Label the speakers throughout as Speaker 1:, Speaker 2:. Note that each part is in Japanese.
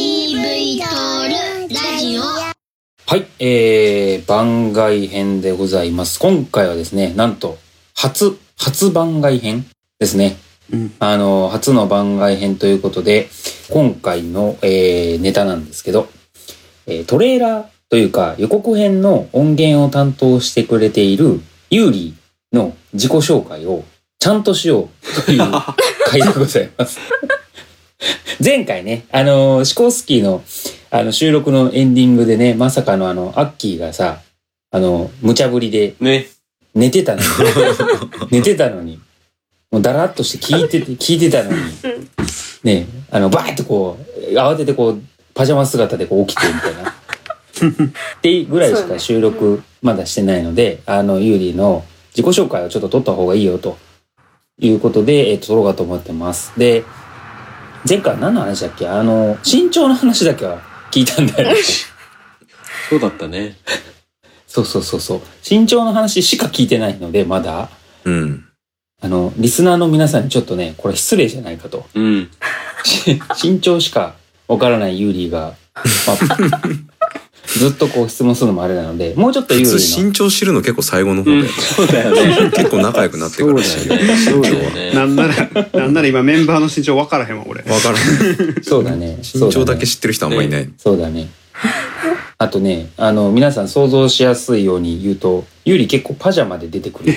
Speaker 1: イトールラジオ
Speaker 2: はい、えー、番外編でございます。今回はですね、なんと、初、初番外編ですね。
Speaker 3: うん
Speaker 2: あの、初の番外編ということで、今回の、えーネタなんですけど、えートレーラーというか予告編の音源を担当してくれているユーリーの自己紹介をちゃんとしようという回でござい ます。前回ね、あのー、シコースキーのあの収録のエンディングでね、まさかのあの、アッキーがさ、あの、無茶ぶりで
Speaker 3: ね。
Speaker 2: 寝てたのに寝てたのにもうだらっとして聞いてて聞いてたのにねあのバーってこう慌ててこうパジャマ姿でこう起きてみたいなっていうぐらいしか収録まだしてないので、あのユーリの自己紹介をちょっと取った方がいいよということで、えっと撮ろうかと思ってますで前回何の話だっけあの身長の話だけは聞いたんだよね
Speaker 3: そうだったね。
Speaker 2: そうそうそうそう身長の話しか聞いてないのでまだ
Speaker 4: うん。
Speaker 2: あの、リスナーの皆さんにちょっとね、これ失礼じゃないかと。
Speaker 3: うん。
Speaker 2: 身長しかわからないユーリーが、まあ ずっとこう質問するのもあれなので、もうちょっとユー
Speaker 4: 普
Speaker 2: リ
Speaker 4: 通
Speaker 2: ーの、
Speaker 4: 身長知るの結構最後の方で、
Speaker 3: うん。そうだよね。
Speaker 4: 結構仲良くなってから知る。
Speaker 3: そうだよね。
Speaker 5: なんなら、なんなら今メンバーの身長分からへんわ、俺。
Speaker 4: わからない。
Speaker 2: そうだね。
Speaker 4: 身長だけ知ってる人あんまいない。
Speaker 2: そうだね。あとね、あの、皆さん想像しやすいように言うと、ユーリー結構パジャマで出てくる。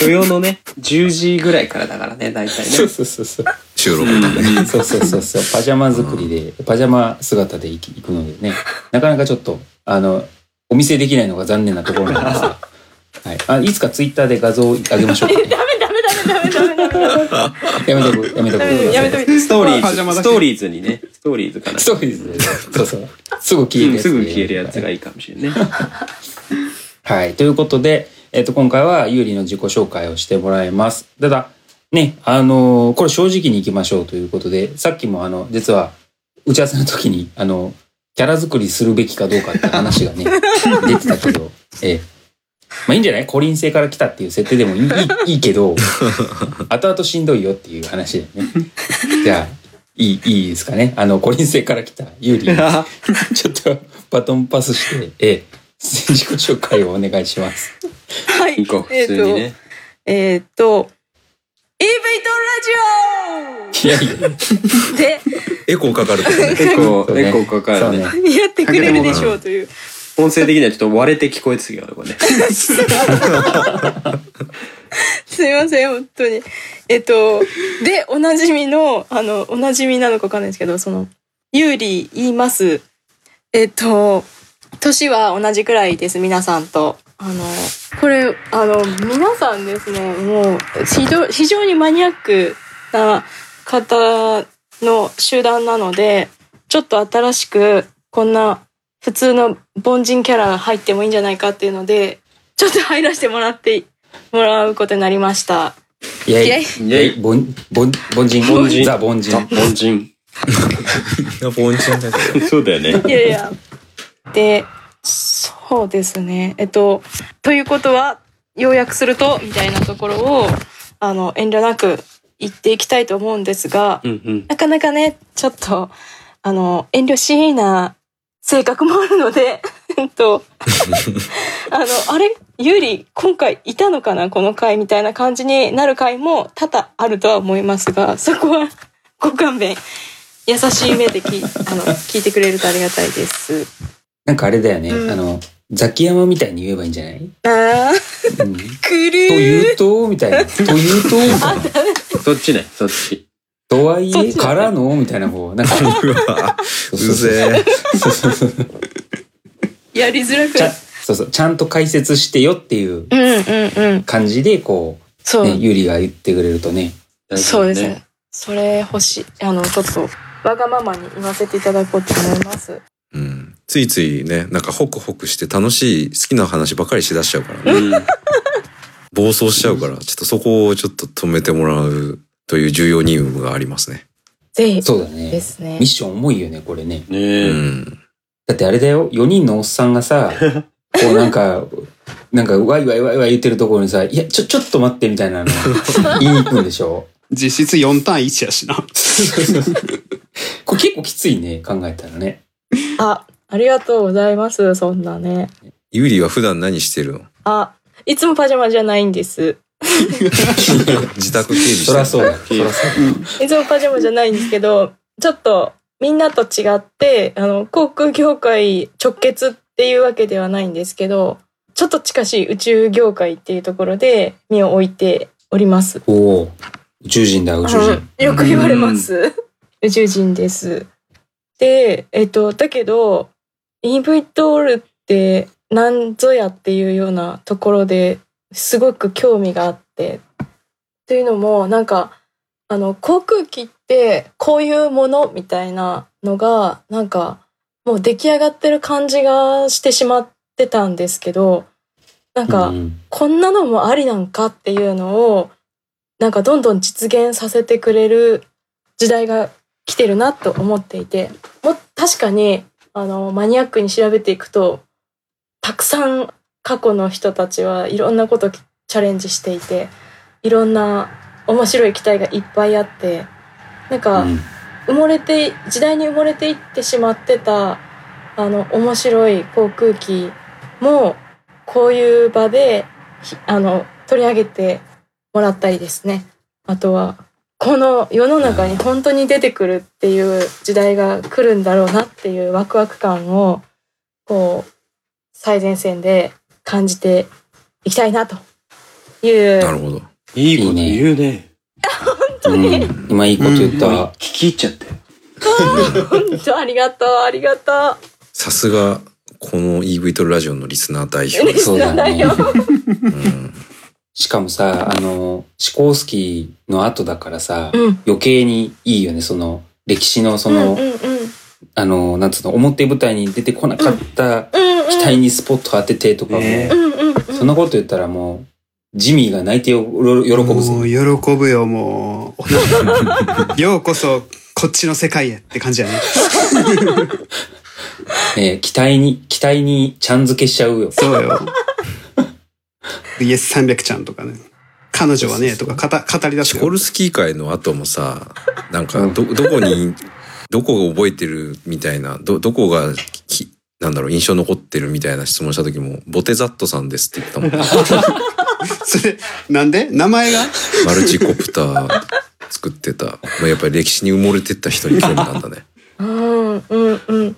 Speaker 3: 土曜のね、10時ぐらいからだからね、大体
Speaker 2: そう
Speaker 3: ね。
Speaker 2: そうそうそう。
Speaker 4: 収録だね。
Speaker 2: そうそうそうそう。パジャマ作りで、パジャマ姿で行き行くのでね、なかなかちょっと、あの、お見せできないのが残念なところなんですが。はい。あ、いつかツイッターで画像を上げましょうか、ね。
Speaker 6: ダメダメダメダメダメ
Speaker 2: やめとく、やめとく。
Speaker 6: ダメやめといて
Speaker 3: ストーリ
Speaker 5: パジャ
Speaker 3: ー
Speaker 5: マ
Speaker 3: ズ、
Speaker 5: だ
Speaker 3: ス
Speaker 5: し
Speaker 3: トーリーズにね、ストーリーズかな。
Speaker 2: そうですね。そうそう。すぐ消え
Speaker 3: う
Speaker 2: る
Speaker 3: ん
Speaker 2: やつ、
Speaker 3: すぐ消えるやつがいいかもしれないね。
Speaker 2: はい。ということで、えっ、と、今回は有利の自己紹介をしてもらいます。ただ、ね、あのーこれ正直に行きましょうということで、さっきもあの、実は、打ち合わせの時に、あの、キャラ作りするべきかどうかって話がね、出てたけど、ええまあいいんじゃないコリン星から来たっていう設定でもいいいいいいけど、後々しんどいよっていう話だよね。じゃあ、いい、いいですかね。あの、コリン星から来た有利。ちょっとバトンパスして、ええ、自己紹介をお願いし ます。
Speaker 6: はい
Speaker 3: 行こう、
Speaker 6: え
Speaker 3: 普
Speaker 6: っ、
Speaker 3: 通に
Speaker 6: と
Speaker 3: ね。
Speaker 6: えっ、と AV
Speaker 2: いやいや、
Speaker 6: とラジオで
Speaker 4: エコーかかると ね。
Speaker 3: 結構、
Speaker 2: そうね
Speaker 3: 結構かか
Speaker 2: そう
Speaker 3: る
Speaker 2: ね
Speaker 3: ね。。
Speaker 6: やってくれるでしょうという
Speaker 3: 音声的にはちょっと割れて聞こえすぎよね、これね。
Speaker 6: すいません本当にえっ、とでおなじみのあのおなじみなのかわかんないですけどそのユーリ言いますえっ、と年は同じくらいです皆さんとあのこれあの皆さんですねもう非常非常にマニアックな方の集団なのでちょっと新しくこんな普通の凡人キャラが入ってもいいんじゃないかっていうのでちょっと入らせてもらってもらうことになりました。
Speaker 2: いや
Speaker 6: イエ
Speaker 2: い
Speaker 6: イ
Speaker 3: い
Speaker 2: や、
Speaker 3: や
Speaker 2: いや、ぼん、ぼん、凡人、
Speaker 3: 凡人
Speaker 2: ザ凡人。
Speaker 3: 凡人。
Speaker 4: いや凡人だけ
Speaker 3: そうだよね。
Speaker 6: いやいや。で、そうですね。えっと、ということは、要約すると、みたいなところを、あの、遠慮なく言っていきたいと思うんですが
Speaker 3: う、んうん。
Speaker 6: なかなかね、ちょっと、あの、遠慮しいな性格もあるので、 え っと、あの、あれユーリ、今回いたのかなこの回みたいな感じになる回も多々あるとは思いますが、そこはご勘弁。優しい目でき、あの、聞いてくれるとありがたいです。
Speaker 2: なんかあれだよね。
Speaker 6: うん
Speaker 2: あの、ザキヤマみたいに言えばいいんじゃない、うん、
Speaker 6: あ
Speaker 2: と
Speaker 6: ー、くるー。
Speaker 2: いうと、みたいな。というと、みたいな。
Speaker 3: そっちね、そっち。
Speaker 2: とはい
Speaker 6: そっ
Speaker 2: え、
Speaker 6: ちだ
Speaker 2: からのみたいな方。なんか、
Speaker 4: ど。 うわ
Speaker 2: そううそうそう
Speaker 4: ぜ
Speaker 2: そうそうそう
Speaker 6: やりづらく
Speaker 2: ち
Speaker 6: な
Speaker 2: ゃ
Speaker 6: る。
Speaker 2: そうそう。ちゃんと解説してよっていう
Speaker 6: うんうんうん。
Speaker 2: 感じで、こ、
Speaker 6: そうう。
Speaker 2: ね、ユリが言ってくれるとね。
Speaker 6: そうですね。。それ欲しい。あの、ちょっと、わがままに言わせていただこうと思います。
Speaker 4: え。うん。ついついね、なんかホクホクして楽しい、好きな話ばかりしだしちゃうからね。
Speaker 3: うん。
Speaker 4: 暴走しちゃうから、ちょっとそこをちょっと止めてもらうという重要任務がありますね。
Speaker 6: ぜひ。
Speaker 2: そうだ
Speaker 6: で
Speaker 2: ね。
Speaker 6: すね
Speaker 2: ミッ。ション重いよね、これね。
Speaker 3: ね
Speaker 4: う
Speaker 3: え。
Speaker 4: ん。
Speaker 2: だってあれだよ、4人のおっさんがさ、こうなんか、なんかワイワイワイワイ言ってるところにさ、いや、ちょ、ちょっと待ってみたいなの言いに行くんでしょ
Speaker 5: 実質4単1やしな。
Speaker 2: ここれ結構きついね、考えたらね。
Speaker 6: あ、ありがとうございます。そんなね。
Speaker 4: ゆりは普段何してるの
Speaker 6: あ、いつもパジャマじゃないんです。
Speaker 4: 自宅警備して
Speaker 2: そ
Speaker 4: る
Speaker 2: ら
Speaker 4: の
Speaker 2: そうだ。そらそうだ。
Speaker 6: いつもパジャマじゃないんですけど、 ちょっとみんなと違って、あの、航空業界直結っていうわけではないんですけど、ちょっと近しい宇宙業界っていうところで身を置いております。
Speaker 2: おお宇宙人だ、宇宙人。
Speaker 6: あのよく言われます。宇宙人です。で、えっと、だけど、EV トールって何ぞやっていうようなところですごく興味があって。というのも、なんか、あの、航空機ってこういうものみたいなのが、なんか、もう出来上がってる感じがしてしまってたんですけど、なんか、
Speaker 2: うん
Speaker 6: こんなのもありなんかっていうのをなんかどんどん実現させてくれる時代が来てるなと思っていても確かにあのマニアックに調べていくとたくさん過去の人たちはいろんなこときチャレンジしていていろんな面白い機体がいっぱいあってなん
Speaker 2: う
Speaker 6: か、
Speaker 2: ん
Speaker 6: 埋もれて時代に埋もれていってしまってたあの面白い航空機もこういう場でひあの取り上げてもらったりですねあとはこの世の中に本当に出てくるっていう時代が来るんだろうなっていうワクワク感をこう最前線で感じていきたいなという
Speaker 4: なるほど。
Speaker 3: いいこと言うね。
Speaker 2: うん今いいこと言っ
Speaker 3: もう
Speaker 2: た
Speaker 3: 聞。き入っちゃって。
Speaker 6: 本当ありがとうありがとう。
Speaker 4: さすが、この EV トルラジオのリスナー代表。
Speaker 2: そうだね。
Speaker 4: うん、
Speaker 2: しかもさ、あの、シコースキーの後だからさ、
Speaker 6: うん
Speaker 2: 余計にいいよね、その、歴史のその、
Speaker 6: うんうんうん
Speaker 2: あの、なんつうの、表舞台に出てこなかった
Speaker 6: うんうん
Speaker 2: 機体にスポット当ててとかも、
Speaker 3: ね
Speaker 6: うんうんうん
Speaker 2: そんなこと言ったらもう、ジミーが泣いてよろ喜ぶ
Speaker 5: も
Speaker 2: ぜ。
Speaker 5: う喜ぶよ、もう。 ようこそ、こっちの世界へって感じやね。
Speaker 2: えー機体に、機体にちゃん付けしちゃうよ。
Speaker 5: そうよ。VS300 ちゃんとかね。彼女はね、とかかた語り出す
Speaker 4: シ
Speaker 5: よ
Speaker 4: コルスキー会の後もさ、なんか、ど、どこに、どこが覚えてるみたいな、ど、どこがき、なんだろう、印象残ってるみたいな質問した時も、ボテザットさんですって言ったもん。
Speaker 5: それ、なんで名前が
Speaker 4: マルチコプター作ってた。まあ、やっぱり歴史に埋もれてった人に興味なんだね。
Speaker 6: うんうんうん。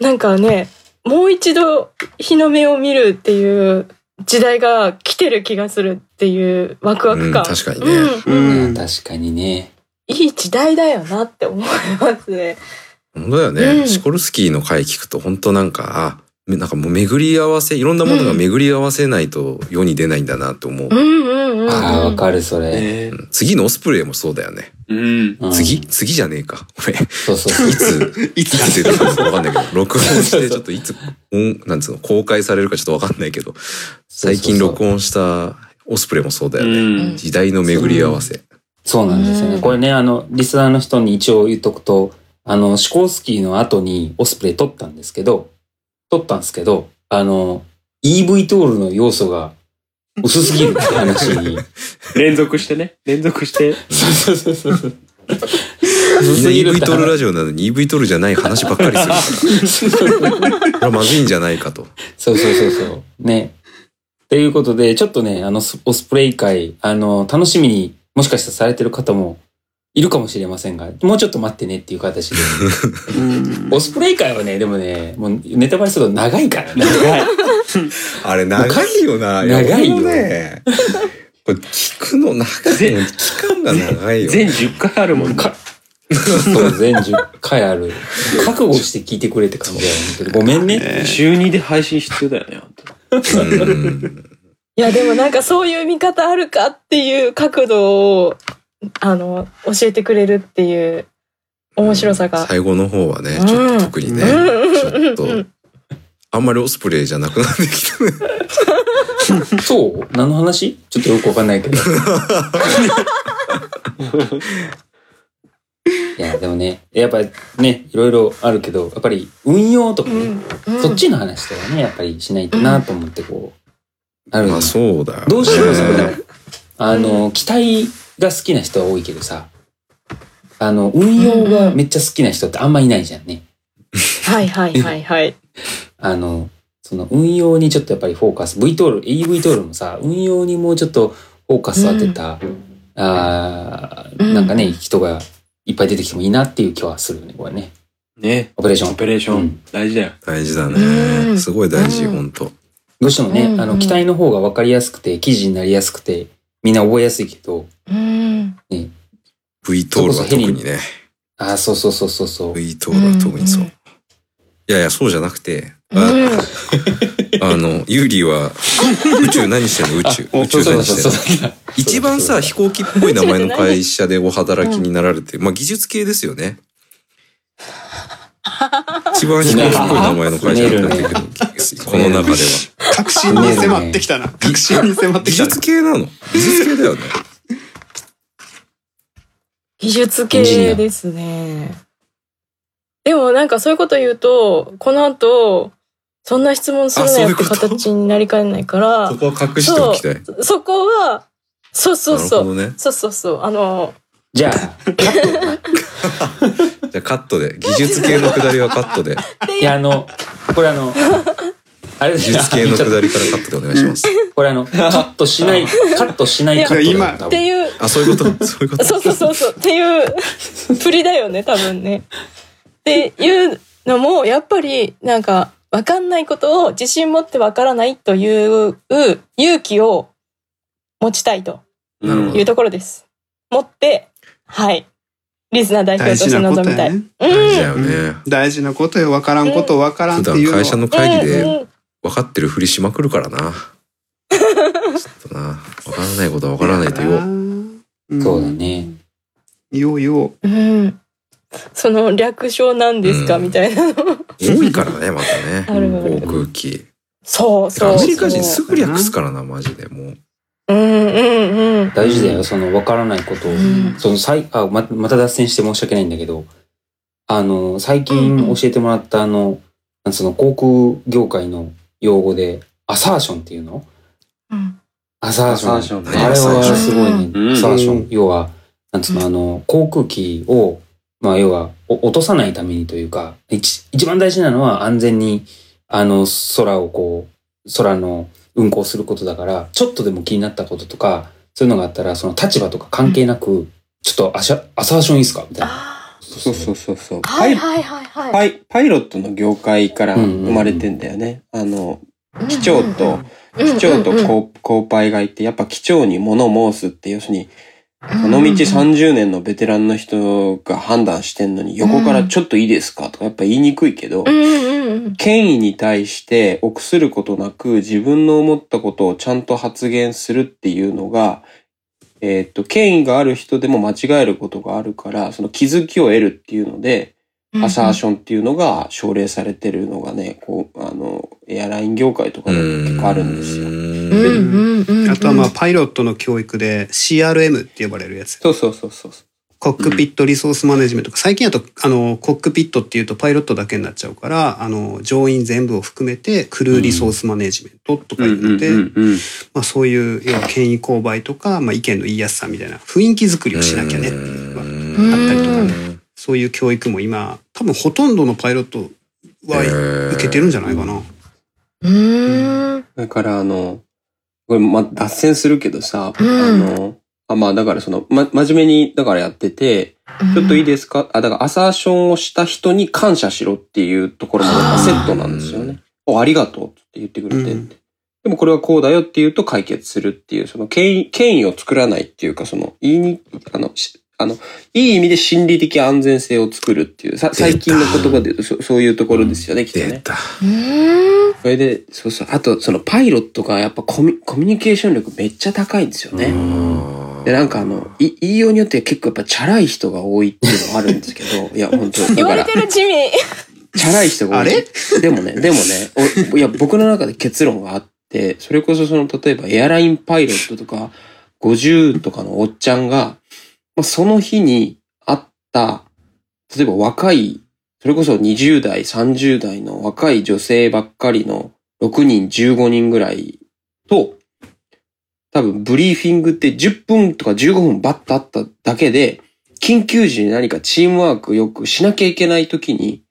Speaker 6: なんかね、もう一度日の目を見るっていう時代が来てる気がするっていうワクワク感。
Speaker 4: うん確かにね
Speaker 6: うんうん
Speaker 2: うん確かにね。
Speaker 6: いい時代だよなって思いますね。
Speaker 4: 本当だよね、
Speaker 6: うん
Speaker 4: シコルスキーの回聞くと本当なんか、あ、めなんかもう巡り合わせ、いろんなものが巡り合わせないと世に出ないんだなと思う。
Speaker 6: うんうんうんうん。
Speaker 2: ああ、わかる、それ。
Speaker 3: ね
Speaker 4: うん次のオスプレイもそうだよね。
Speaker 3: うん。
Speaker 2: うん
Speaker 4: 次次じゃねえか。ごめん。い
Speaker 2: そうそうそう。
Speaker 4: つ、
Speaker 5: い
Speaker 4: い
Speaker 5: つだ
Speaker 4: つ出てくるかわかんない けど、録音してちょっといつ、音なんつうの、公開されるかちょっとわかんないけど、 最近
Speaker 2: そうそうそう
Speaker 4: 録音したオスプレイもそうだよ
Speaker 3: う
Speaker 4: ね。
Speaker 3: ん。
Speaker 4: 時代の巡り合わせ。
Speaker 2: そうなんですよ
Speaker 6: う
Speaker 2: ね。
Speaker 6: ん
Speaker 2: これね、あの、リスナーの人に一応言っとくと、あの、シコースキーの後にオスプレイ撮ったんですけど、撮ったんですけど、あの、EV トールの要素が薄すぎるって話 に。
Speaker 3: 連続してね。連続して。
Speaker 2: そうそうそうそう。
Speaker 4: み
Speaker 2: 薄
Speaker 4: んな
Speaker 2: すぎるっ
Speaker 4: EV
Speaker 2: て
Speaker 4: トル
Speaker 2: 話
Speaker 4: ラジオなのに EV トルじゃない話ばっかりす るから。 これはまずいんじゃないかと。
Speaker 2: そうそうそうそう。ね。ということで、ちょっとね、あの、スオスプレイ会、あの、楽しみにもしかしたらされてる方もいるかもしれませんが、もうちょっと待ってねっていう形で。オスプレイ会はね、でもね、もうネタバレすると長いからね。
Speaker 3: はい。
Speaker 4: あれ長いよな。や
Speaker 2: 長いよ
Speaker 4: 俺もね。これ聞くの長い。
Speaker 3: ぜ
Speaker 4: 期間が長いよ。
Speaker 3: 全10回あるもんか。
Speaker 2: そう、全10回ある。覚悟して聞いてくれって感じだよ、本当に。ごめんね。
Speaker 3: 週2で配信必要だよね、本当
Speaker 4: うん
Speaker 6: いやでもなんかそういう見方あるかっていう角度をあの教えてくれるっていう面白さが。
Speaker 4: 最後の方はね、ちょっと特にね、ちょっと、あんまりオスプレイじゃなくなってきたね。
Speaker 2: そう何の話ちょっとよくわかんないけど。いや、でもね、やっぱね、いろいろあるけど、やっぱり運用とか
Speaker 6: うん
Speaker 2: ね、
Speaker 6: うん
Speaker 2: そっちの話とかね、やっぱりしないとなと思って、こう、ある
Speaker 4: まあそうだよね。
Speaker 2: どうしてもさ
Speaker 4: ね
Speaker 2: あの、機体が好きな人は多いけどさ、あの、運用がめっちゃ好きな人ってあんまいないじゃんね。
Speaker 6: はいはいはいはい。
Speaker 2: あの、その運用にちょっとやっぱりフォーカス、VTOL、EVTOL もさ、運用にもうちょっとフォーカスを当てた、あー
Speaker 6: うん
Speaker 2: なんかね、人がいっぱい出てきてもいいなっていう気はするよね、これね。
Speaker 3: ね。
Speaker 2: オペレーショ
Speaker 3: オ
Speaker 2: ン。
Speaker 3: ペレーション、大事だよ。
Speaker 4: 大事だ
Speaker 6: う
Speaker 4: ね。
Speaker 6: ん
Speaker 4: すごい大事、
Speaker 6: うん
Speaker 4: ほんと。
Speaker 2: どうしてもね、
Speaker 6: うん
Speaker 2: あの、期待の方が分かりやすくて、記事になりやすくて、みんな覚えやすいけど、
Speaker 6: うん。
Speaker 4: V トールは特にね。
Speaker 2: ああ、そうそうそうそうそう。
Speaker 4: V トールは特にそう。いやいや、そうじゃなくて、あ
Speaker 6: うん
Speaker 4: あの、ユーリは、宇宙何してんの宇宙。宇
Speaker 2: そう
Speaker 4: 宙
Speaker 2: そう
Speaker 4: 何
Speaker 2: そう
Speaker 4: してん
Speaker 2: そ
Speaker 4: の
Speaker 2: う。
Speaker 4: 一番さ、飛行機っぽい名前の会社でお働きになられて、まあ技術系ですよね。一番飛行機っぽい名前の会社だったんだけど、この中では。
Speaker 5: 確信に迫ってきたな。確信に迫って
Speaker 4: 技
Speaker 5: きたな
Speaker 4: 術。系なの技術系だ よね。
Speaker 6: 技術系ですね。でもなんかそういうこと言うと、この後、そんな質問するなよっ
Speaker 4: あそう
Speaker 6: て
Speaker 4: いうこと
Speaker 6: 形になりかねな いから
Speaker 4: そ、こは隠しておきたい。
Speaker 6: そこは、そうそうそ
Speaker 4: なるほ
Speaker 6: う。
Speaker 4: どね。
Speaker 6: そうそうそう。あの、
Speaker 2: じゃあ、
Speaker 4: じゃあカットで。技術系の下りはカットで。
Speaker 2: いや、あの、これあ の、あれで
Speaker 4: 技
Speaker 2: すね
Speaker 4: 術系の下りからカットでお願いします。
Speaker 2: これあの、カットし ない、カットしないカットだよ
Speaker 5: いや今
Speaker 2: 多
Speaker 6: って
Speaker 2: 分
Speaker 6: いう、
Speaker 4: あ、そういうことそういうこと
Speaker 6: そうそうそうそう。っていう、振りだよね、多分ね。っていうのも、やっぱり、なんか、わかんないことを自信持ってわからないという勇気を持ちたいと
Speaker 4: なるほど
Speaker 6: いうところです。持って、はい。リスナー代表
Speaker 5: 大
Speaker 6: とし
Speaker 5: 事
Speaker 6: て
Speaker 5: なこ
Speaker 6: 臨
Speaker 5: と
Speaker 6: みた
Speaker 5: や
Speaker 6: い。
Speaker 5: ね。
Speaker 4: 大事だ
Speaker 6: う
Speaker 4: よね。
Speaker 5: 大事なことよ。わからんことをわからんっ
Speaker 4: 普段
Speaker 5: ていうの
Speaker 4: 会社
Speaker 5: は。
Speaker 4: の会議
Speaker 6: うん
Speaker 4: で
Speaker 6: うん
Speaker 4: 分かってるふりしまくるからな。ちょっとな。分からないことは分からないと言おう。
Speaker 5: ん
Speaker 2: そうだ。ね。
Speaker 5: 言おう言おう。
Speaker 6: うん。その略称なんですか、
Speaker 4: うん
Speaker 6: みたいなの。
Speaker 4: 多いからね、またね。
Speaker 6: あるあ
Speaker 4: 航
Speaker 6: る。
Speaker 4: 空機。
Speaker 6: そう
Speaker 4: てか
Speaker 6: そう。
Speaker 4: アメリカ人
Speaker 6: そ
Speaker 4: す
Speaker 6: う
Speaker 4: ぐ略すからな、マジで。もう。
Speaker 6: うんうんうん。
Speaker 2: 大事だよ、その、わからないことを
Speaker 6: ん。
Speaker 2: その、さい、あ、ま、また脱線して申し訳ないんだけど、あの、最
Speaker 6: うんう
Speaker 2: 近
Speaker 6: ん
Speaker 2: 教えてもらった、あの、その、航空業界の用語で、アサーションっていうの
Speaker 6: うん
Speaker 2: アサーション。
Speaker 3: アサーション
Speaker 4: ね
Speaker 2: あれはすごいね。
Speaker 3: うん
Speaker 2: アサーション。
Speaker 5: うん
Speaker 2: 要は、なんつうの、あの、航空機を、まあ、要は、お落とさないためにというか、一一番大事なのは安全に、あの、空をこう、空の運航することだから、ちょっとでも気になったこととか、そういうのがあったら、その立場とか関係なく、ちょっとアシャアサーションいいっすかみたいな。
Speaker 6: あ
Speaker 3: そうそうそうそう。
Speaker 6: ーは
Speaker 3: パ
Speaker 6: い
Speaker 3: イ
Speaker 6: はいはいはい。
Speaker 3: パイパイロットの業界から生まれてんだよね。あの、機長と、機長とコーコーパイがいて、やっぱ機長に物申すって、要するに、この道30年のベテランの人が判断してんのに、横からちょっといいですかとかやっぱ言いにくいけど
Speaker 6: う、んうんうん。
Speaker 3: 権威に対して臆することなく自分の思ったことをちゃんと発言するっていうのが、えーっと、権威がある人でも間違えることがあるから、その気づきを得るっていうので、アサーションっていうのが奨励されてるのがね、こう、あの、エアライン業界とか
Speaker 4: う
Speaker 3: でも結構あるんですよ。
Speaker 6: う
Speaker 4: ーん。
Speaker 6: んうんうん。
Speaker 5: あとはまあパイロットの教育で CRM って呼ばれるやつ。
Speaker 3: そうそうそうそう。
Speaker 5: コックピットリソースマネジメントが最近だとあのコックピットっていうとパイロットだけになっちゃうからあの乗員全部を含めてクルーリソースマネジメントとかいうので、
Speaker 3: うん。
Speaker 5: まあ、そういう要は権威勾配とか、まあ、意見の言いやすさみたいな雰囲気作りをしなきゃねっていうのがあったりとかねそういう教育も今多分ほとんどのパイロットは受けてるんじゃないかな。
Speaker 6: うーん。
Speaker 3: だからあの、これま、脱線するけどさ、
Speaker 6: うん
Speaker 3: あの、あまあだからその、ま、真面目に、だからやってて、ちょっといいですかあ、だからアサーションをした人に感謝しろっていうところもやっぱセットなんですよね。お、ありがとうって言ってくれてって。
Speaker 5: うん
Speaker 3: でもこれはこうだよっていうと解決するっていう、その権威、権威を作らないっていうか、その、言いに、あの、しあの、いい意味で心理的安全性を作るっていう、さ最近の言葉で言うとそ、そういうところですよね、きっと
Speaker 4: 出
Speaker 3: ね。
Speaker 4: た。
Speaker 6: うん。
Speaker 3: それで、そうそう。あと、そのパイロットがやっぱコミコミュニケーション力めっちゃ高いんですよね。で、なんかあの、い言いようによっては結構やっぱチャラい人が多いっていうのはあるんですけ ど、いや、本当
Speaker 6: 言
Speaker 3: だ
Speaker 6: わ
Speaker 3: か
Speaker 6: れ
Speaker 3: ら
Speaker 6: て、る地味。
Speaker 3: チャラい人が多い。
Speaker 5: あれ
Speaker 3: でもね、でもねお、いや、僕の中で結論があって、それこそその、例えばエアラインパイロットとか、50とかのおっちゃんが、まあ、その日に会った、例えば若い、それこそ20代、30代の若い女性ばっかりの6人、15人ぐらいと、多分ブリーフィングって10分とか15分バッとあっただけで、緊急時に何かチームワークよくしなきゃいけない時に、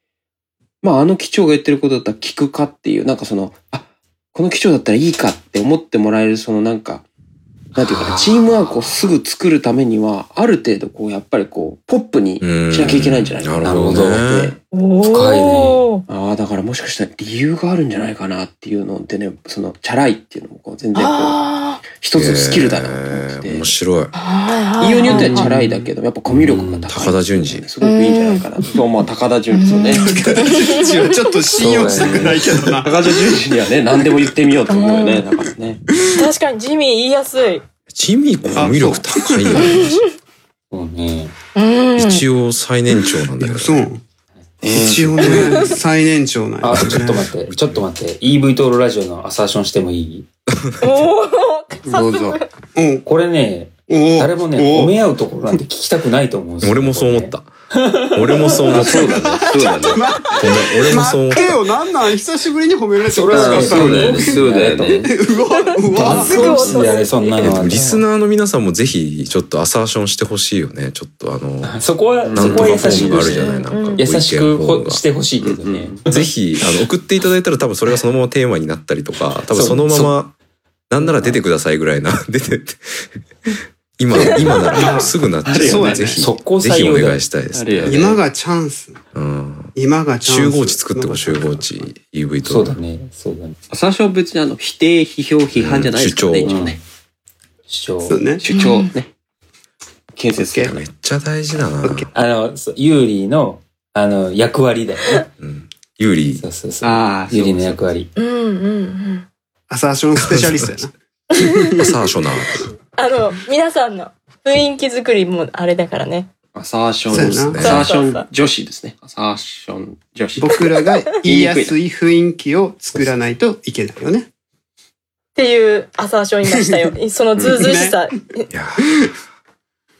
Speaker 3: まああの機長が言ってることだったら聞くかっていう、なんかその、あ、この機長だったらいいかって思ってもらえるそのなんか、なんていうかな、チームワークをすぐ作るためには、ある程度こうやっぱりこう、ポップにしなきゃいけないんじゃないか
Speaker 4: な
Speaker 3: な
Speaker 4: るほど、
Speaker 3: と思って
Speaker 4: ね。
Speaker 2: 深い
Speaker 6: お
Speaker 2: ね
Speaker 6: ー
Speaker 3: ああ、だからもしかしたら理由があるんじゃないかなっていうのでね、その、チャラいっていうのもこう全然こう、
Speaker 6: あ
Speaker 3: 一つのスキルだなと思って
Speaker 4: えー
Speaker 3: て
Speaker 4: 面。白い。
Speaker 6: あ。はいはいはい
Speaker 3: 言いようによってはチャラいだけど、やっぱコミュ力が高い。
Speaker 4: 高田純次
Speaker 3: すごくいいんじゃないかな。そう、まあ高田純次そうね。
Speaker 5: 一応ちょっと信用したくないけどな。
Speaker 3: 高田純次にはね、何でも言ってみようと思うよね。だからね。
Speaker 6: 確かにジミー言いやすい。
Speaker 4: ジミーコミュ力高いよね。
Speaker 2: そうね。
Speaker 6: うん。
Speaker 4: 一応最年長なんだけど。
Speaker 5: そう。一応ね、最年長なん
Speaker 2: あ、
Speaker 5: や
Speaker 2: ちょっと待って、ちょっと待って。EV トールラジオのアサーションしてもいい
Speaker 6: おお。
Speaker 5: どうぞ。おう
Speaker 2: これね、
Speaker 5: おう
Speaker 2: 誰もね、褒
Speaker 5: おう
Speaker 2: め合うところなんて聞きたくないと思うんですよ
Speaker 4: 俺もそう思っ。た。俺もそう思った。そうだね。そうだね。俺もそう思っ
Speaker 5: 待ってよ、なんなん久しぶりに褒められて
Speaker 2: それは
Speaker 5: 嬉しか
Speaker 2: そう
Speaker 5: っ
Speaker 2: だよね
Speaker 7: そうだよね。
Speaker 5: たうわ、
Speaker 2: こ
Speaker 5: う
Speaker 2: れ
Speaker 5: わ、
Speaker 2: はそうですよね、そんなの
Speaker 4: た。
Speaker 2: は
Speaker 4: でも
Speaker 2: ね。
Speaker 4: リスナーの皆さんもぜひ、ちょっとアサーションしてほしいよね。ちょっとあの、なん
Speaker 2: そこは、
Speaker 4: とか
Speaker 2: そ
Speaker 4: フォ
Speaker 2: こは優し
Speaker 4: ームがあ
Speaker 2: く
Speaker 4: る
Speaker 2: し
Speaker 4: じゃない。
Speaker 2: て、
Speaker 4: なんかご意見
Speaker 2: 優しく
Speaker 4: フォーム
Speaker 2: ほ
Speaker 4: が
Speaker 2: してほしいけどね。
Speaker 4: ぜひ、あの、送っていただいたら多分それがそのままテーマになったりとか、多
Speaker 2: そ
Speaker 4: 分
Speaker 2: う
Speaker 4: そのま
Speaker 2: そ
Speaker 4: ま、なんなら出てくださいぐらいな、出てって。今、今ならすぐなっちゃう
Speaker 5: あるよ
Speaker 4: の
Speaker 5: ね
Speaker 4: で、ぜひ、ぜ
Speaker 2: 速攻採
Speaker 4: ひ
Speaker 2: 用
Speaker 4: お
Speaker 2: だよ
Speaker 4: 願いしたいです
Speaker 7: あるよ
Speaker 4: ね。
Speaker 7: ね
Speaker 5: 今がチャンス。
Speaker 4: うん
Speaker 5: 今がチャンス。
Speaker 4: 集合値作ってこう、集合値。EV と。
Speaker 2: そうだね、そうだね。
Speaker 3: 最初は別にあの、否定、批評、批判じゃないですからね。
Speaker 4: うん
Speaker 3: 一
Speaker 2: う
Speaker 3: 応
Speaker 2: ん
Speaker 3: ね。
Speaker 2: 主
Speaker 5: そう
Speaker 2: 張。
Speaker 5: ね。
Speaker 3: 主張ね。建設的な。
Speaker 4: めっちゃ大事だな。
Speaker 5: OK
Speaker 2: あの、そうユーリーの、あの、役割だよね。
Speaker 4: うん有利。
Speaker 2: そうそうそう。
Speaker 3: ああ、
Speaker 2: ユ
Speaker 3: そ
Speaker 2: ーリー
Speaker 3: う
Speaker 2: の役割。
Speaker 6: うんうんうん。
Speaker 5: アサーションスペシャリストやな。
Speaker 4: アサーショナ ー。
Speaker 6: あの皆さんの雰囲気作りもあれだからね。
Speaker 3: アサーション
Speaker 5: そう
Speaker 3: です
Speaker 5: や
Speaker 3: ね。
Speaker 5: な
Speaker 3: アサーション女子ですね。アサーション女子。
Speaker 5: 僕らが言いやすい雰囲気を作らないといけないよね。
Speaker 6: っていうアサーションいました よ。そのズうずうしさ、
Speaker 4: いや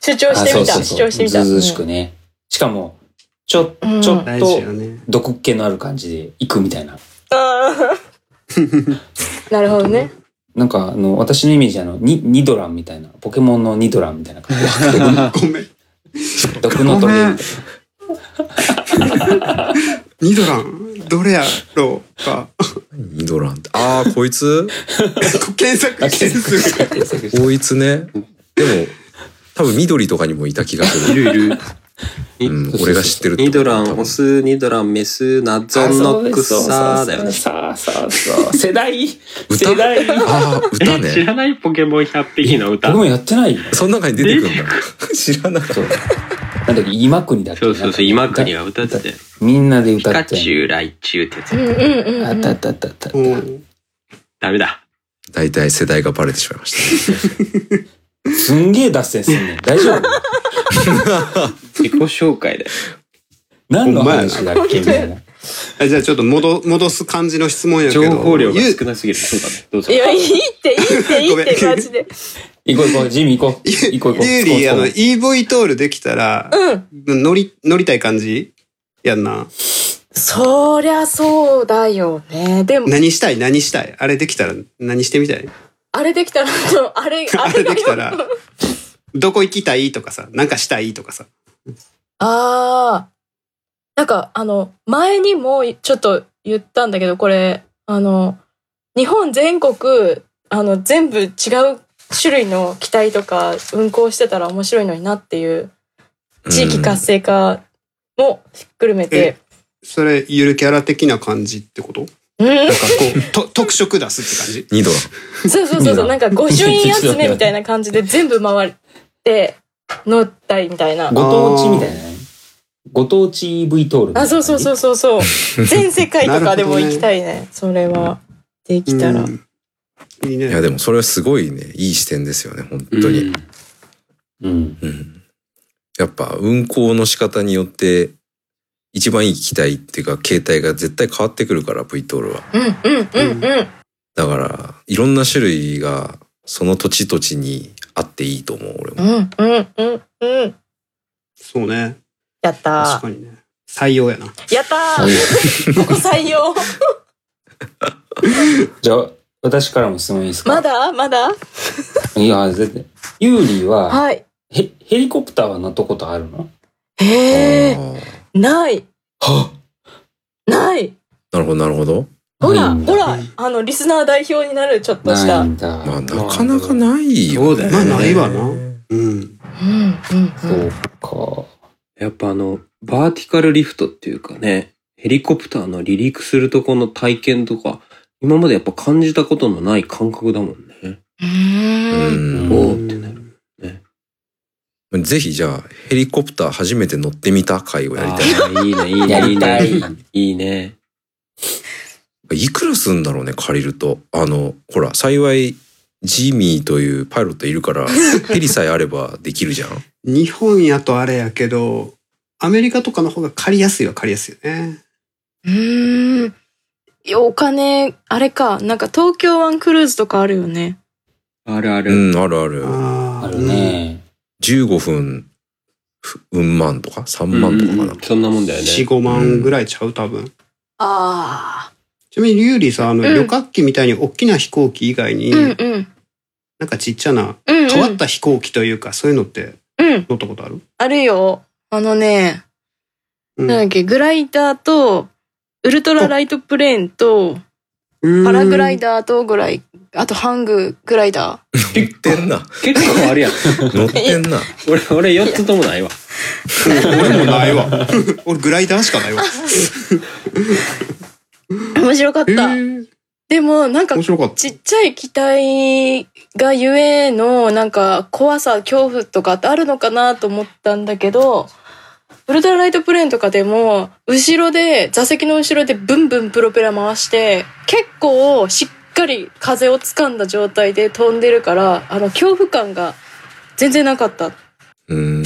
Speaker 6: 主張してみた、主張してみた。
Speaker 2: ずうずうしくね。しかも、ちょ、
Speaker 6: うん
Speaker 2: ちょっ
Speaker 5: 大事よ
Speaker 2: と、
Speaker 5: ね。
Speaker 2: 毒っ気のある感じで行くみたいな。
Speaker 6: あーなるほどね。
Speaker 2: なんか、あの、私のイメージ、あの、ニ、ニドランみたいな、ポケモンのニドランみたいな感
Speaker 5: ごめん。
Speaker 2: じ。毒の鳥みたいな。
Speaker 5: ニドラン、どれやろうか。
Speaker 4: ニドランって。ああ、こいつ
Speaker 5: 検索してすぐ。
Speaker 4: こいつね。でも、多分緑とかにもいた気がする。
Speaker 3: いるいる。
Speaker 4: うん、俺が知ってるって
Speaker 3: ニ
Speaker 4: こと
Speaker 3: ドラン、
Speaker 4: 多
Speaker 3: オ
Speaker 4: 分
Speaker 3: ス、ニドラン、メス、ナゾンノクサだよね。
Speaker 2: さあさあさあ。世代
Speaker 4: 歌
Speaker 2: 世代
Speaker 4: ああ、歌
Speaker 7: え 知
Speaker 4: ね。
Speaker 7: らないポケモン100匹の歌
Speaker 2: 僕。もやってないよ。
Speaker 4: その中に出てくるんだ。 知らなかった。
Speaker 2: そう。なんだっけ、今国だっけ
Speaker 7: そうそうそう、今国が歌ってたよ。
Speaker 2: みんなで
Speaker 7: ピ
Speaker 2: 歌
Speaker 7: カ
Speaker 2: って
Speaker 7: チュウ、ライチュウってや
Speaker 6: うん
Speaker 7: つ。
Speaker 6: うんうんうん。
Speaker 2: あったあったあったあった。
Speaker 5: もう
Speaker 7: ダメだ。
Speaker 4: 大体世代がバレてしまいまし
Speaker 2: すんげえ脱線すんねん。大丈夫
Speaker 3: 自己紹介だよ。
Speaker 2: 何の話だっけみたいな。
Speaker 5: あじゃあちょっと戻戻す感じの質問やけ ど。
Speaker 3: 情報量が
Speaker 5: ゆう
Speaker 3: 少なすぎる。そうだ ね。どうぞ
Speaker 6: い。や、いいって、いいって、い
Speaker 5: ごめん
Speaker 6: いって、マジで。
Speaker 2: 行こう行こう、ジミー行こう。行こう行こう。
Speaker 5: ユーリー、あの、
Speaker 2: 突っ込
Speaker 5: EV トールできたら、
Speaker 6: うん。
Speaker 5: 乗り、乗りたい感じやんな。
Speaker 6: そりゃそうだよね。でも、
Speaker 5: 何したい何したいあれできたら何してみたい
Speaker 6: あれできたら、あのあれ、
Speaker 5: あ
Speaker 6: あ
Speaker 5: れ
Speaker 6: れ
Speaker 5: で
Speaker 6: だ
Speaker 5: き
Speaker 6: よ。
Speaker 5: たら、どこ行きたいとかさ、なんかしたいとかさ。
Speaker 6: ああ。なんか、あの、前にもちょっと言ったんだけど、これ、あの、日本全国、あの、全部違う種類の機体とか運航してたら面白いのになっていう、
Speaker 4: た。
Speaker 6: 地域活性化もひっくるめて、
Speaker 5: それ、ゆるキャラ的な感じってこと
Speaker 6: うん
Speaker 5: なんかこう、と、特色出すって感じ
Speaker 4: ニドラン。
Speaker 6: そうそうそうそう、なんか御朱印集めみたいな感じで全部回って乗ったりみたいな。
Speaker 2: ご当地みたいなね。ご当地 EV トール。
Speaker 6: あ、そうそうそうそう そう。全世界とかでも行きたいね。それは。で きたら。
Speaker 5: うんいいね。
Speaker 4: いや、でもそれはすごいね、いい視点ですよね、本当
Speaker 7: う
Speaker 4: に。
Speaker 7: ん
Speaker 2: うん。
Speaker 4: うん。やっぱ、運行の仕方によって、一番いい機体っていうか、携帯が絶対変わってくるから、VTOL は。
Speaker 6: うんうんうんうん。
Speaker 4: だから、いろんな種類が、その土地土地にあっていいと思う、俺
Speaker 6: う
Speaker 4: も。
Speaker 6: んうんうんうん。
Speaker 5: そうね。
Speaker 6: やった
Speaker 5: 確かにね。採用やな。
Speaker 6: ー。やったー。ここ採 用。
Speaker 2: じゃあ、私からも質問いいですか
Speaker 6: まだまだ
Speaker 2: いや、絶対。ユーリは、
Speaker 6: はい。
Speaker 2: ヘヘリコプターは乗ったことあるの
Speaker 6: ええ
Speaker 4: あー
Speaker 6: ない
Speaker 2: は
Speaker 6: ない
Speaker 4: なるほど、なるほど。
Speaker 6: ほら
Speaker 2: ないんだ
Speaker 6: ほらあのリスナー代表になるちょっとし
Speaker 2: な
Speaker 6: た
Speaker 2: い
Speaker 6: うん
Speaker 2: だ。
Speaker 4: まあ、なかなかないよ。
Speaker 3: そうだよね。
Speaker 5: まあないわな。うん。
Speaker 6: んうん
Speaker 2: そうか。
Speaker 3: やっぱあの、バーティカルリフトっていうかね、ヘリコプターの離陸するとこの体験とか、今までやっぱ感じたことのない感覚だもんね。
Speaker 4: う
Speaker 6: うん
Speaker 4: ん
Speaker 3: おおってなる。
Speaker 4: ぜひじゃあ、ヘリコプター初めて乗ってみた回をやりたい。
Speaker 3: ああいいね、いい
Speaker 2: や
Speaker 3: ね、い
Speaker 2: り
Speaker 3: い
Speaker 2: たい
Speaker 3: ね。いいね。
Speaker 4: いくらすんだろうね、借りると。あの、ほら、幸い、ジミーというパイロットいる から、ヘリさえあればできるじゃん。
Speaker 5: 日本やとあれやけど、アメリカとかの方が借りやすいは借りやすいよね。
Speaker 6: うーんいやお金あれかなんか東京湾クルーズとかあるよね
Speaker 3: あるある。
Speaker 4: うん、あるある。
Speaker 5: あ
Speaker 2: あ
Speaker 5: ー
Speaker 2: る。ね。
Speaker 4: 15分、ふうん万とか ?3 万とかかな。
Speaker 3: そんなもんだよね。
Speaker 5: 4、5万ぐらいちゃう多分。
Speaker 6: あ
Speaker 5: ちなみにリュウリさ、あの、
Speaker 6: うん
Speaker 5: 旅客機みたいに大きな飛行機以外に、
Speaker 6: あうんうん
Speaker 5: なんかちっちゃな
Speaker 6: うんうん
Speaker 5: 変わった飛行機というか、そういうのって
Speaker 6: うん
Speaker 5: 乗ったことある
Speaker 6: あるよあのね
Speaker 5: うん
Speaker 6: なんだっけ、グライダーと、ウルトラライトプレーンと、パラグライダーとぐらい、あとハンググライダ
Speaker 4: 乗ってんな。
Speaker 3: 結構あるやん。
Speaker 4: 乗ってん な。
Speaker 3: 俺、俺4つともないわ。
Speaker 5: 俺もない わ。俺グライダーしかないわ。
Speaker 6: ー。面白かっ
Speaker 5: え
Speaker 6: た。
Speaker 5: ー、
Speaker 6: でも、なんか
Speaker 5: 面、白かった。
Speaker 6: ちっちゃい機体がゆえの、なんか、怖さ、恐怖とかってあるのかなと思ったんだけど、ウルトラライトプレーンとかでも、後ろで、座席の後ろでブンブンプロペラ回して、結構しっかり風を掴んだ状態で飛んでるから、あの、恐怖感が全然なかった。
Speaker 4: うー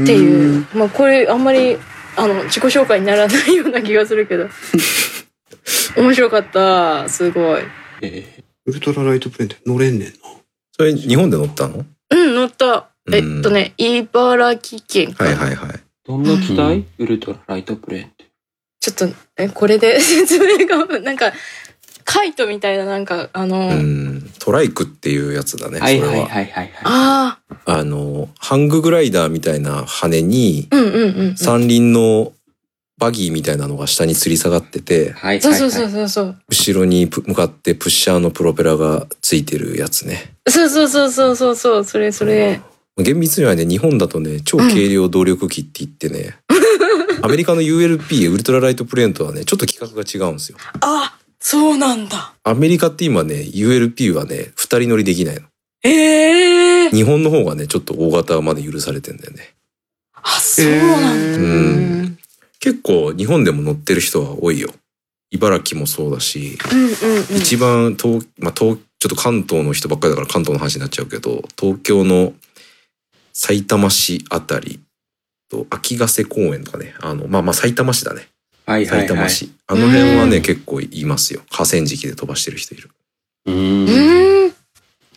Speaker 4: ん。
Speaker 6: っていう、まあこれあんまりあの自己紹介にならないような気がするけど面白かったすごい
Speaker 5: ウルトラライトプレーンって乗れんねんな。
Speaker 4: それ、日本で乗ったの
Speaker 6: うん乗ったえっとね茨城県か
Speaker 4: は
Speaker 6: な、
Speaker 4: いはいはい。
Speaker 3: どんな機体ウルトラライトプレーンって。
Speaker 6: ちょっとえこれで 説明がなんかカイトみたいななんかあの、
Speaker 4: うん。トライクっていうやつだね、そ
Speaker 3: はい
Speaker 4: れ
Speaker 3: はい
Speaker 4: は。
Speaker 3: はいはいはい。
Speaker 6: ああ
Speaker 4: あの、ハンググライダーみたいな羽に、
Speaker 6: うんうんうんうんそう
Speaker 4: 三輪のバギーみたいなのが下に吊り下がって
Speaker 3: はいは
Speaker 4: て、
Speaker 3: いはい。
Speaker 6: そうそうそうそう
Speaker 4: 後ろにぷ向かってプッシャーのプロペラがついてるやつね。
Speaker 6: そうそうそうそうそうそうそれそれ
Speaker 4: 厳密にはね、日本だとね、超軽量動力機って言ってね、アメリカの ULP、ウルトラライトプレーンとはね、ちょっと規格が違うんですよ。
Speaker 6: あそうなんだ
Speaker 4: アメリカって今ね、ULP はね、二人乗りできないの。
Speaker 6: ええ
Speaker 4: 日本の方がね、ちょっと大型まで許されてんだよね。
Speaker 6: あそうなんだ、
Speaker 5: えー
Speaker 4: うん結構日本でも乗ってる人は多いよ。茨城もそうだし、
Speaker 6: うんうんうん
Speaker 4: 一番東、まあ、東、ちょっと関東の人ばっかりだから関東の話になっちゃうけど、東京の埼玉市あたりと秋ヶ瀬公園とかね、あの、まあまあ埼玉市だね。
Speaker 3: はいはいは
Speaker 4: 埼
Speaker 3: い。
Speaker 4: 玉市。あの辺は
Speaker 6: う
Speaker 4: ね、結構いますよ。河川敷で飛ばしてる人いる。
Speaker 2: うん
Speaker 6: う。ーん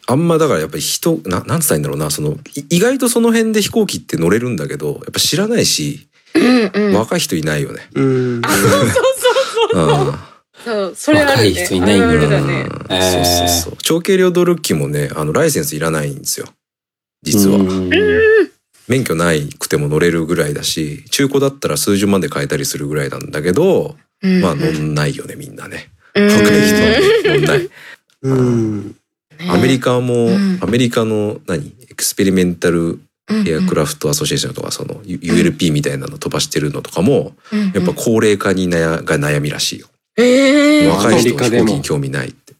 Speaker 4: あんまだからやっぱり人、ななんつったらいいんだろうな、その、い意外とその辺で飛行機って乗れるんだけど、やっぱ知らないし、
Speaker 6: うんうん
Speaker 4: 若い人いないよね。
Speaker 5: うん。
Speaker 6: そうそうそう
Speaker 4: うん
Speaker 6: そう。それあ
Speaker 2: 若
Speaker 6: るね。
Speaker 2: い人いないんだ
Speaker 6: あるあるだ
Speaker 4: う
Speaker 6: ね。
Speaker 4: ん
Speaker 2: えー
Speaker 4: そうそうそう。長距離ドル機もね、あの、ライセンスいらないんですよ。実は。
Speaker 2: うん
Speaker 4: 免許ないくても乗れるぐらいだし、中古だったら数十万で買えたりするぐらいなんだけど、まあ乗んないよね、みんなね。
Speaker 6: うん
Speaker 4: 若い人はね乗んない。
Speaker 5: うん。
Speaker 4: アメリカも
Speaker 6: うん、
Speaker 4: アメリカの何エクスペリメンタルエアクラフトアソシエーションとか、その U- ULP みたいなの飛ばしてるのとかも、やっぱ高齢化に悩が悩みらしいよ。
Speaker 6: ええ
Speaker 4: 若い
Speaker 3: アメ
Speaker 4: 人は
Speaker 3: リカ
Speaker 4: 飛
Speaker 3: で
Speaker 4: 行
Speaker 3: も
Speaker 4: 機に興味ないって。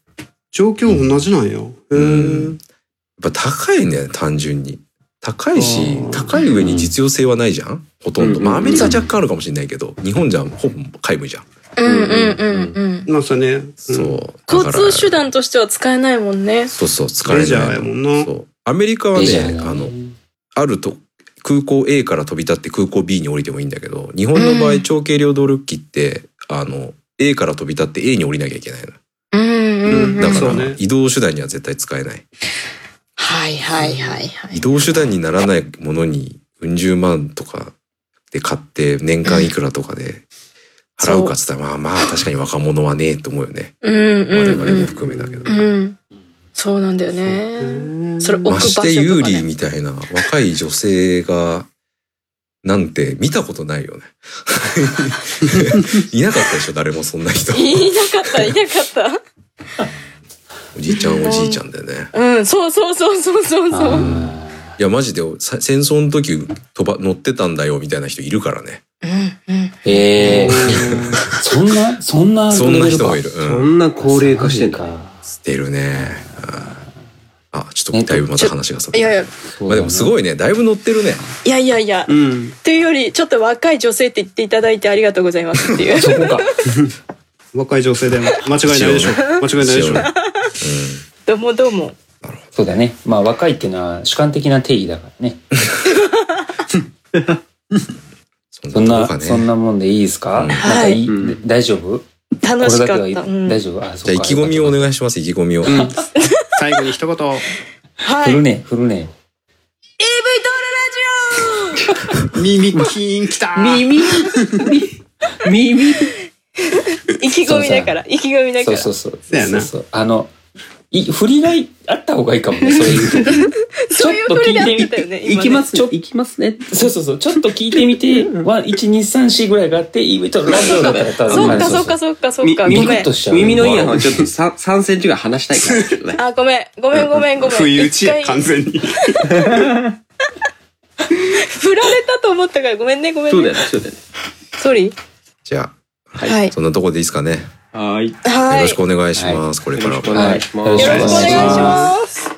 Speaker 5: 状況同じなんよ。へ
Speaker 4: う
Speaker 5: ー
Speaker 4: んやっぱ高いんだよね、単純に。高いし
Speaker 5: あ、ー
Speaker 4: 高い上に実用性はないじゃんほとん
Speaker 3: う
Speaker 4: ど。
Speaker 3: んうんうん
Speaker 4: まあアメリカは若干あるかもしれないけど、日本じゃほぼ皆無じゃん。
Speaker 6: うんうんうんうん。
Speaker 5: まあそうね。うん
Speaker 4: そう。
Speaker 6: 交通手
Speaker 4: だから
Speaker 6: 段としては使えないもんね。
Speaker 4: そうそう、使
Speaker 5: レ
Speaker 4: え
Speaker 5: ジャ
Speaker 4: な
Speaker 5: ー
Speaker 4: い
Speaker 5: やも
Speaker 4: の。
Speaker 5: んな
Speaker 4: そ。う。アメリカは
Speaker 2: レジャー
Speaker 4: ね、
Speaker 2: だ
Speaker 4: あの、あると、空港 A から飛び立って空港 B に降りてもいいんだけど、日本の場
Speaker 6: う
Speaker 4: 合、
Speaker 6: ん
Speaker 4: 長軽量動力機って、あの、A から飛び立って A に降りなきゃいけないの。
Speaker 6: うんうんうん。
Speaker 4: だか
Speaker 5: そうね
Speaker 4: ら、移動手段には絶対使えない。
Speaker 6: はいはいはいは
Speaker 4: 移
Speaker 6: い。
Speaker 4: 動手段にならないものにうん十万とかで買って年間いくらとかで払うかっつったらまあまあ確かに若者はねえと思うよね
Speaker 6: うん
Speaker 4: 我
Speaker 6: うん
Speaker 4: 々
Speaker 6: う
Speaker 4: も
Speaker 6: ん。
Speaker 4: 含めだけど、
Speaker 6: うん。そうなんだよ
Speaker 5: う
Speaker 6: ね。
Speaker 5: ん
Speaker 6: それ置
Speaker 4: ま
Speaker 6: く
Speaker 4: し
Speaker 6: 場
Speaker 4: てユ
Speaker 6: 所
Speaker 4: ー
Speaker 6: とか
Speaker 4: リー
Speaker 6: ね。
Speaker 4: みたいな若い女性が、なんて見たことないよね。 いなかったでしょ、誰もそんな人。
Speaker 6: いなかった、いなかっ
Speaker 4: おじいちゃんおじいちゃんでね。
Speaker 6: た。うん、そうそうそうそうそうそう。
Speaker 4: いや、マジでさ戦争の時飛ば乗ってたんだよみたいな人いるからね。
Speaker 2: ええそんな、そんな、
Speaker 4: そんな人もいる。
Speaker 3: そ
Speaker 4: うん。
Speaker 3: んな高齢化してんだ。
Speaker 4: 捨てるね。うんあ、ちょっとだいぶまた話がさ。
Speaker 6: いやいや、
Speaker 4: まあでもす
Speaker 2: い。
Speaker 4: ごいね。だいぶ乗ってるね。
Speaker 6: いやいやいや。
Speaker 3: うん。
Speaker 6: というより、ちょっと若い女性って言っていただいてありがとうございますっ ていう。
Speaker 2: そこか。
Speaker 5: 若い女性でも間違いないでしょ。間違いないでし
Speaker 4: う
Speaker 5: ょ
Speaker 4: ん。
Speaker 6: どうもどうも。
Speaker 2: そうだね。まあ若いっていうのは主観的な定義だからね。そ
Speaker 4: そ
Speaker 2: ん
Speaker 4: ん
Speaker 2: な、
Speaker 4: なとこかね。
Speaker 2: そんなもんでいいですか、
Speaker 4: うん
Speaker 2: なんかいい、
Speaker 7: う
Speaker 2: 大丈夫
Speaker 6: 楽しかった。
Speaker 2: これだけは
Speaker 6: う
Speaker 2: い
Speaker 6: ん
Speaker 2: 大丈夫あ、そ
Speaker 4: じゃあ
Speaker 2: う
Speaker 4: 意
Speaker 2: か
Speaker 4: 気込みをお願いします、意気込みを。
Speaker 5: 最後に一言。
Speaker 6: は
Speaker 2: 振
Speaker 6: い。
Speaker 2: る
Speaker 6: AV
Speaker 2: ね、振るね。
Speaker 6: ドールラジ
Speaker 5: 耳キーンきた
Speaker 3: 耳耳
Speaker 6: オ 意気込みだから、意気込みだか
Speaker 2: そう
Speaker 6: ら。
Speaker 2: そうそう。
Speaker 5: そうやな
Speaker 2: そうそうあの、い、振りがいあった方がいいかもね、そういう時。
Speaker 6: そういう振りだったよね。今 ね
Speaker 3: 行きます
Speaker 2: ち
Speaker 3: ち
Speaker 2: ょ
Speaker 3: ょ行きますね。
Speaker 2: そうそうそう。ちょっと聞いてみて、1、2、3、4ぐらいがあって、いい、ちょっとラジオだったら多分
Speaker 6: そうかそうかそうかそうか。ご
Speaker 3: み
Speaker 2: ビク
Speaker 6: め
Speaker 2: ッ
Speaker 6: ん
Speaker 2: と。しちゃう。
Speaker 3: 耳のイヤホンはちょっと 3, 3センチぐらい離したいからちょっとね。
Speaker 6: あ、ごめん。ごめんごめんごめん。
Speaker 5: 不意打ちや、
Speaker 6: 一回
Speaker 5: 完全に。
Speaker 6: 振られたと思ったからごめんねごめ
Speaker 3: そ
Speaker 6: ん
Speaker 3: うだ
Speaker 6: ね
Speaker 3: よ。ね、そうだよね。
Speaker 6: ソリ。
Speaker 4: じゃ
Speaker 6: はい
Speaker 4: あ、。そんなとこでいいですかね。
Speaker 7: はーい。
Speaker 6: は
Speaker 4: よ
Speaker 6: い。
Speaker 4: ろしくお願いします、これからも。
Speaker 2: は
Speaker 7: お願
Speaker 2: い。
Speaker 7: いします
Speaker 6: よろしくお願いします。